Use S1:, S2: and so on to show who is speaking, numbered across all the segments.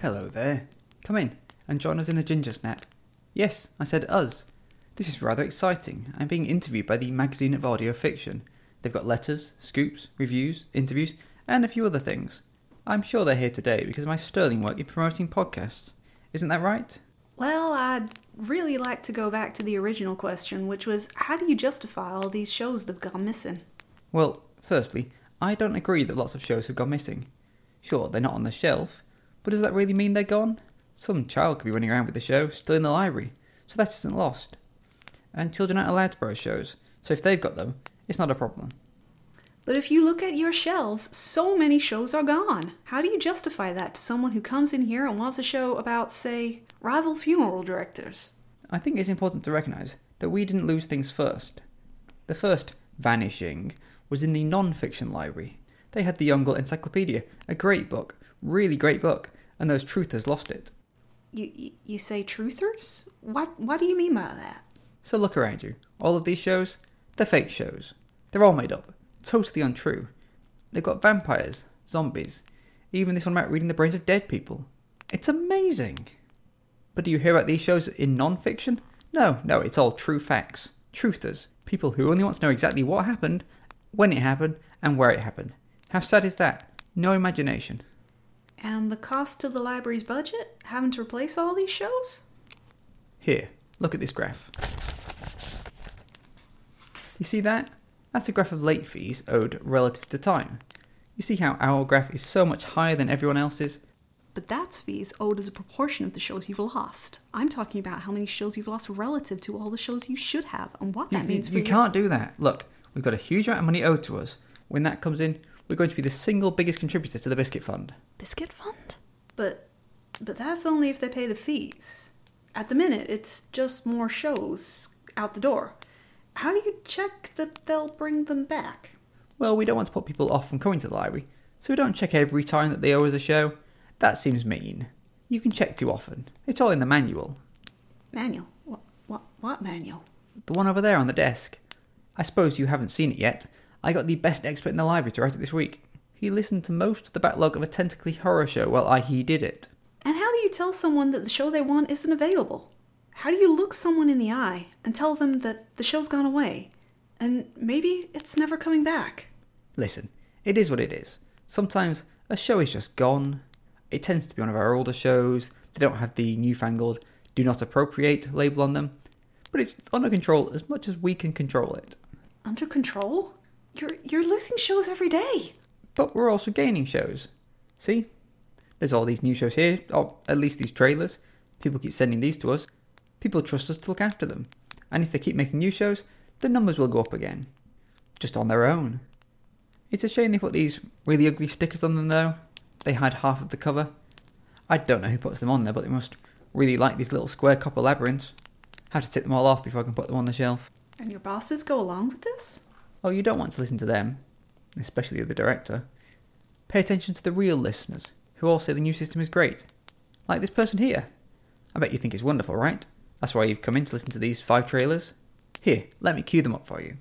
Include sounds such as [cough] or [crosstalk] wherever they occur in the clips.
S1: Hello there. Come in and join us in the ginger snap. Yes, I said us. This is rather exciting. I'm being interviewed by the Magazine of Audio Fiction. They've got letters, scoops, reviews, interviews, and a few other things. I'm sure they're here today because of my sterling work in promoting podcasts. Isn't that right?
S2: Well, I'd really like to go back to the original question, which was how do you justify all these shows that've gone missing?
S1: Well, firstly, I don't agree that lots of shows have gone missing. Sure, they're not on the shelf, but does that really mean they're gone? Some child could be running around with the show still in the library, so that isn't lost. And children aren't allowed to borrow shows, so if they've got them, it's not a problem.
S2: But if you look at your shelves, so many shows are gone. How do you justify that to someone who comes in here and wants a show about, say, rival funeral directors?
S1: I think it's important to recognise that we didn't lose things first. The first vanishing was in the non fiction library. They had the Youngle Encyclopedia, a great book, really great book, and those truthers lost it.
S2: You, you- you say truthers? What, what do you mean by that?
S1: So look around you. All of these shows, they're fake shows. They're all made up, totally untrue. They've got vampires, zombies, even this one about reading the brains of dead people. It's amazing! But do you hear about these shows in non fiction? No, no, it's all true facts. Truthers. People who only want to know exactly what happened, when it happened, and where it happened. How sad is that? No imagination.
S2: And the cost to the library's budget? Having to replace all these shows?
S1: Here, look at this graph. You see that? That's a graph of late fees owed relative to time. You see how our graph is so much higher than everyone else's?
S2: But that's fees owed as a proportion of the shows you've lost. I'm talking about how many shows you've lost relative to all the shows you should have and what
S1: You-
S2: that
S1: you-
S2: means for
S1: you
S2: your-
S1: can't do that. Look, we've got a huge amount of money owed to us. When that comes in, we're going to be the single biggest contributor to the biscuit fund.
S2: Biscuit Fund? But but that's only if they pay the fees. At the minute, it's just more shows out the door. How do you check that they'll bring them back?
S1: Well, we don't want to put people off from coming to the library, so we don't check every time that they owe us a show. That seems mean. You can check too often. It's all in the manual.
S2: Manual. What what what manual?
S1: The one over there on the desk. I suppose you haven't seen it yet. I got the best expert in the library to write it this week. He listened to most of the backlog of a tentacly horror show while I he did it.
S2: And how do you tell someone that the show they want isn't available? How do you look someone in the eye and tell them that the show's gone away and maybe it's never coming back?
S1: Listen, it is what it is. Sometimes a show is just gone. It tends to be one of our older shows. They don't have the newfangled do not appropriate label on them. But it's under control as much as we can control it.
S2: Under control? You're you're losing shows every day.
S1: but we're also gaining shows. See? There's all these new shows here, or at least these trailers. People keep sending these to us. People trust us to look after them. And if they keep making new shows, the numbers will go up again. Just on their own. It's a shame they put these really ugly stickers on them though. They hide half of the cover. I don't know who puts them on there, but they must really like these little square copper labyrinths. Have to tip them all off before I can put them on the shelf.
S2: And your bosses go along with this?
S1: Oh, you don't want to listen to them, especially the director. Pay attention to the real listeners, who all say the new system is great. Like this person here. I bet you think it's wonderful, right? That's why you've come in to listen to these five trailers. Here, let me cue them up for you.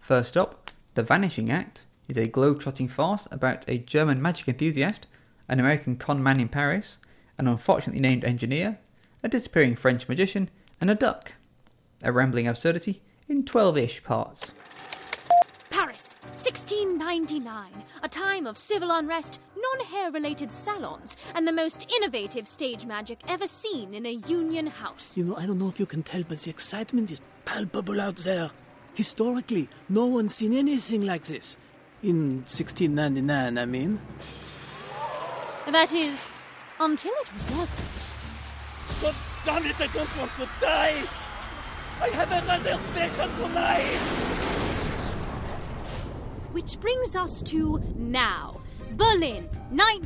S1: First up, The Vanishing Act is a globe-trotting farce about a German magic enthusiast, an American con man in Paris, an unfortunately named engineer, a disappearing French magician, and a duck. A rambling absurdity in 12-ish parts.
S3: Paris, 1699, a time of civil unrest, non hair related salons, and the most innovative stage magic ever seen in a union house.
S4: You know, I don't know if you can tell, but the excitement is palpable out there. Historically, no one's seen anything like this. In 1699, I mean.
S3: That is, until it wasn't.
S4: God damn it, I don't want to die! I have another vision tonight!
S3: Which brings us to now. Berlin,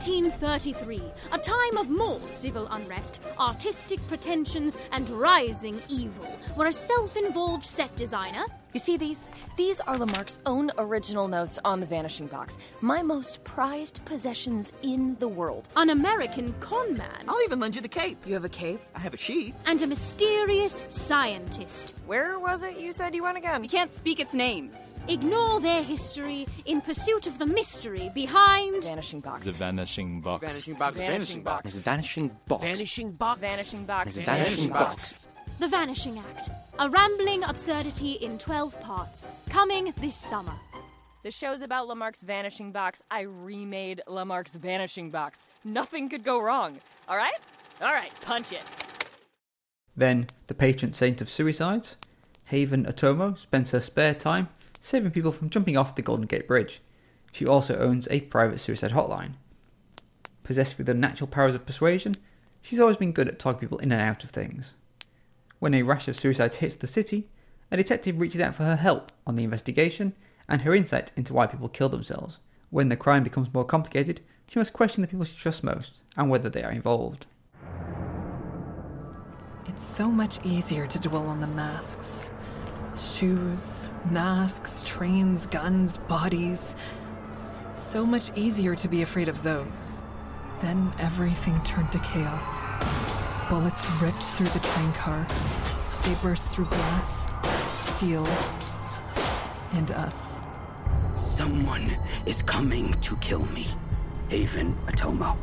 S3: 1933, a time of more civil unrest, artistic pretensions, and rising evil, where a self involved set designer,
S5: You see these? These are Lamarck's own original notes on the vanishing box. My most prized possessions in the world.
S3: an American con man,
S6: I'll even lend you the cape.
S5: You have a cape?
S6: I have a sheet.
S3: and a mysterious scientist.
S7: Where was it you said you went again? You can't speak its name.
S3: ignore their history in pursuit of the mystery behind.
S5: Vanishing box.
S6: The vanishing box.
S7: Vanishing box. Vanishing
S8: There's
S7: box.
S8: a vanishing box.
S4: Vanishing box.
S5: Vanishing box.
S8: There's a vanishing
S7: Vanishing box.
S8: box.
S3: The Vanishing Act, a rambling absurdity in 12 parts, coming this summer.
S5: The show's about Lamarck's vanishing box. I remade Lamarck's vanishing box. Nothing could go wrong. All right? All right, punch it.
S1: Then, the patron saint of suicides, Haven Otomo spends her spare time saving people from jumping off the Golden Gate Bridge. She also owns a private suicide hotline. Possessed with the natural powers of persuasion, she's always been good at talking people in and out of things. When a rash of suicides hits the city, a detective reaches out for her help on the investigation and her insight into why people kill themselves. When the crime becomes more complicated, she must question the people she trusts most and whether they are involved.
S9: It's so much easier to dwell on the masks shoes, masks, trains, guns, bodies. So much easier to be afraid of those. Then everything turned to chaos. Bullets ripped through the train car, they burst through glass, steel, and us.
S7: Someone is coming to kill me. Haven Atomo.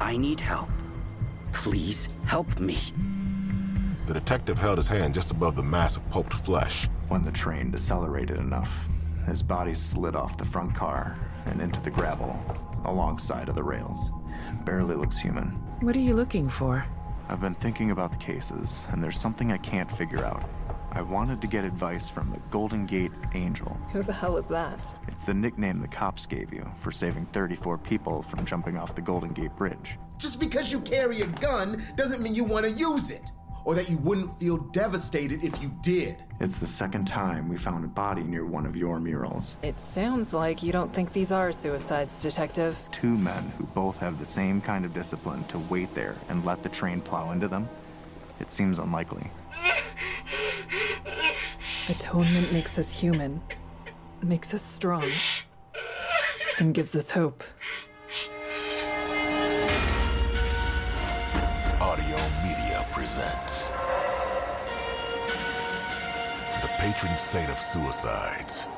S7: I need help. Please help me.
S10: The detective held his hand just above the mass of pulped flesh.
S11: When the train decelerated enough, his body slid off the front car and into the gravel alongside of the rails. Barely looks human.
S9: What are you looking for?
S11: I've been thinking about the cases, and there's something I can't figure out. I wanted to get advice from the Golden Gate Angel.
S9: Who the hell is that?
S11: It's the nickname the cops gave you for saving 34 people from jumping off the Golden Gate Bridge.
S7: Just because you carry a gun doesn't mean you want to use it, or that you wouldn't feel devastated if you did.
S11: It's the second time we found a body near one of your murals.
S9: It sounds like you don't think these are suicides, Detective.
S11: Two men who both have the same kind of discipline to wait there and let the train plow into them? It seems unlikely.
S9: Atonement makes us human, makes us strong, and gives us hope.
S10: Audio Media presents The Patron Saint of Suicides.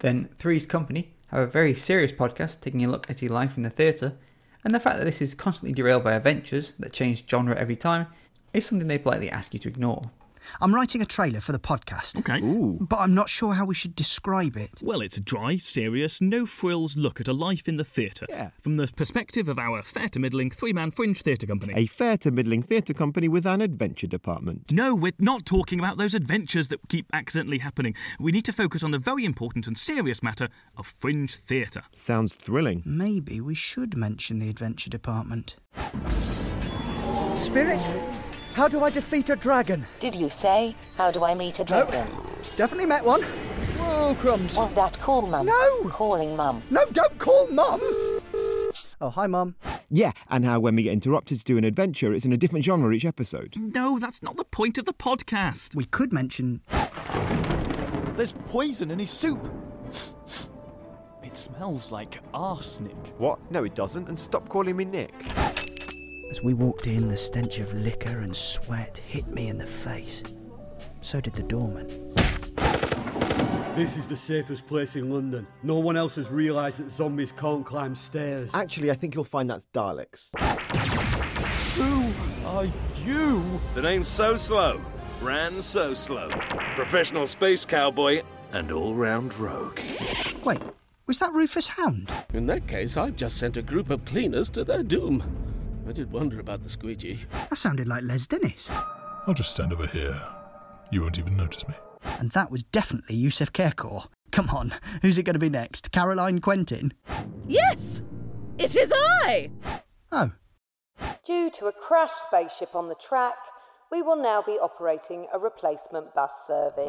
S1: Then Three's Company have a very serious podcast taking a look at the life in the theatre, and the fact that this is constantly derailed by adventures that change genre every time is something they politely ask you to ignore.
S7: I'm writing a trailer for the podcast,
S4: Okay.
S7: but I'm not sure how we should describe it.
S6: Well, it's a dry, serious, no frills look at a life in the theatre
S8: Yeah.
S6: from the perspective of our fair to middling three man fringe theatre company.
S8: A fair to middling theatre company with an adventure department.
S6: No, we're not talking about those adventures that keep accidentally happening. We need to focus on the very important and serious matter of fringe theatre.
S8: Sounds thrilling.
S7: Maybe we should mention the adventure department. Spirit, how do I defeat a dragon?
S9: Did you say, How do I meet a dragon?
S7: Definitely met one.
S8: Oh,
S7: Whoa, crumbs.
S9: Was that cool, Mum?
S7: No!
S9: Calling Mum.
S7: No, don't call mum. Oh, hi, mum.
S8: Yeah, and how when we get interrupted to do an adventure, it's in a different genre each episode.
S6: No, that's not the point of the podcast.
S7: We could mention
S4: There's poison in his soup. It smells like arsenic.
S8: What? No, it doesn't. And stop calling me Nick.
S7: As we walked in, the stench of liquor and sweat hit me in the face. So did the doorman.
S10: This is the safest place in London. No one else has realised that zombies can't climb stairs.
S8: Actually, I think you'll find that's Daleks.
S4: Who are you?
S11: The name's So Slow. Ran So Slow. Professional space cowboy and all round rogue.
S7: Wait, was that Rufus Hound?
S11: In that case, I've just sent a group of cleaners to their doom. I did wonder about the squeegee.
S7: That sounded like Les Dennis.
S10: I'll just stand over here. You won't even notice me.
S7: And that was definitely Yusuf Kerkor. Come on, who's it going to be next? Caroline Quentin?
S5: Yes! It is I!
S7: Oh,
S9: Due to a crash spaceship on the track, we will now be operating a replacement bus service.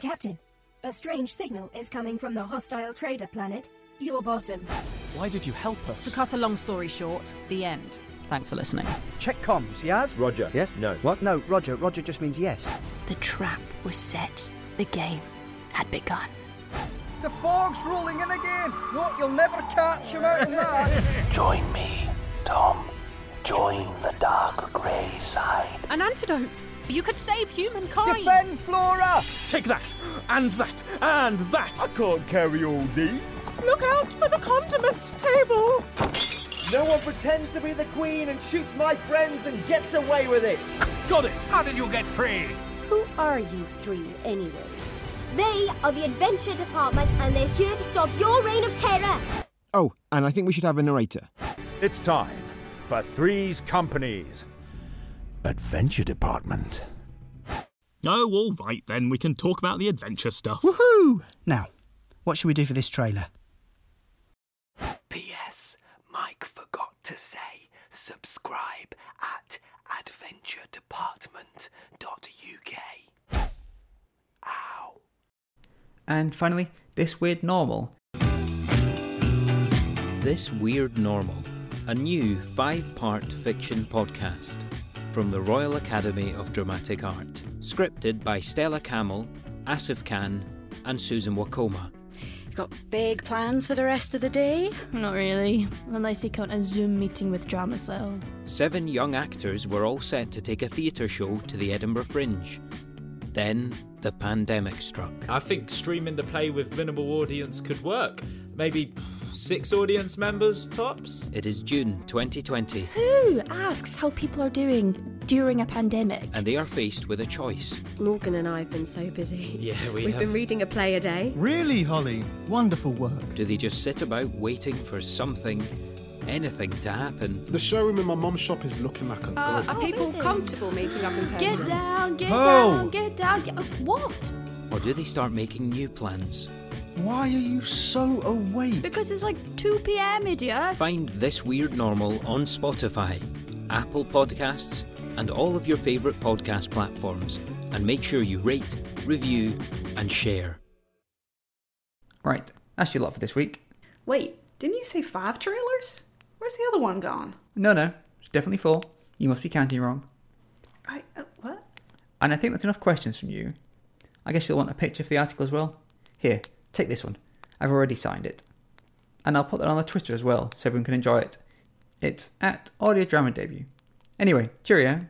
S5: Captain, a strange signal is coming from the hostile trader planet, your bottom.
S4: Why did you help us?
S9: cut a long story short, the end. Thanks for listening.
S7: check comms, Yaz?
S8: Roger. Yes? No.
S7: What? No, Roger. Roger just means yes.
S9: The trap was set. The game had begun.
S7: The fog's rolling
S9: [laughs]
S7: in again. What? You'll never catch him out in that.
S11: Join me, Tom,
S12: Join the dark grey side.
S13: An antidote! You could save humankind!
S14: Defend Flora!
S12: Take that! And that! And that!
S14: I can't carry all these.
S13: Look out for the condiments table!
S14: No one pretends to be the queen and shoots my friends and gets away with it.
S12: Got it! How did you get free?
S15: Who are you three, anyway?
S5: They are the adventure department and they're here to stop your reign of terror.
S16: Oh, and I think we should have a narrator.
S11: It's time for Three's Companies Adventure Department.
S17: Oh, all right then, we can talk about the adventure stuff.
S18: Woohoo! Now, what should we do for this trailer?
S12: P.S. Mike forgot to say subscribe at adventuredepartment.uk.
S1: And finally, this weird normal.
S7: This Weird Normal, a new five part fiction podcast from the Royal Academy of Dramatic Art, scripted by Stella Camel, Asif Khan, and Susan Wakoma.
S19: You got big plans for the rest of the day?
S3: Not really, unless you count a Zoom meeting with Drama Cell.
S7: Seven young actors were all set to take a theatre show to the Edinburgh Fringe. Then the pandemic struck.
S20: I think streaming the play with minimal audience could work. Maybe six audience members tops?
S7: It is June 2020,
S3: Who asks how people are doing during a pandemic?
S7: and they are faced with a choice.
S19: Morgan and I have been so busy.
S7: Yeah,
S19: We've been reading a play a day.
S18: Really, Holly? Wonderful work.
S7: Do they just sit about waiting for something, anything to happen?
S21: The showroom in my mum's shop is looking like a
S19: Uh,
S21: gold.
S19: are people comfortable meeting up in person?
S3: Get down, get
S21: Oh.
S3: down, get down. Get, what?
S7: Or do they start making new plans?
S18: Why are you so awake?
S3: Because it's like 2 pm, idiot.
S7: Find This Weird Normal on Spotify, Apple Podcasts, and all of your favourite podcast platforms. And make sure you rate, review, and share.
S1: Right, that's your lot for this week.
S2: Wait, didn't you say five trailers? Where's the other one gone?
S1: No, no, it's definitely four. You must be counting wrong.
S2: I. Uh, what?
S1: And I think that's enough questions from you. I guess you'll want a picture for the article as well. Here, take this one. I've already signed it. And I'll put that on the Twitter as well so everyone can enjoy it. It's at Audio Drama Debut. Anyway, cheerio.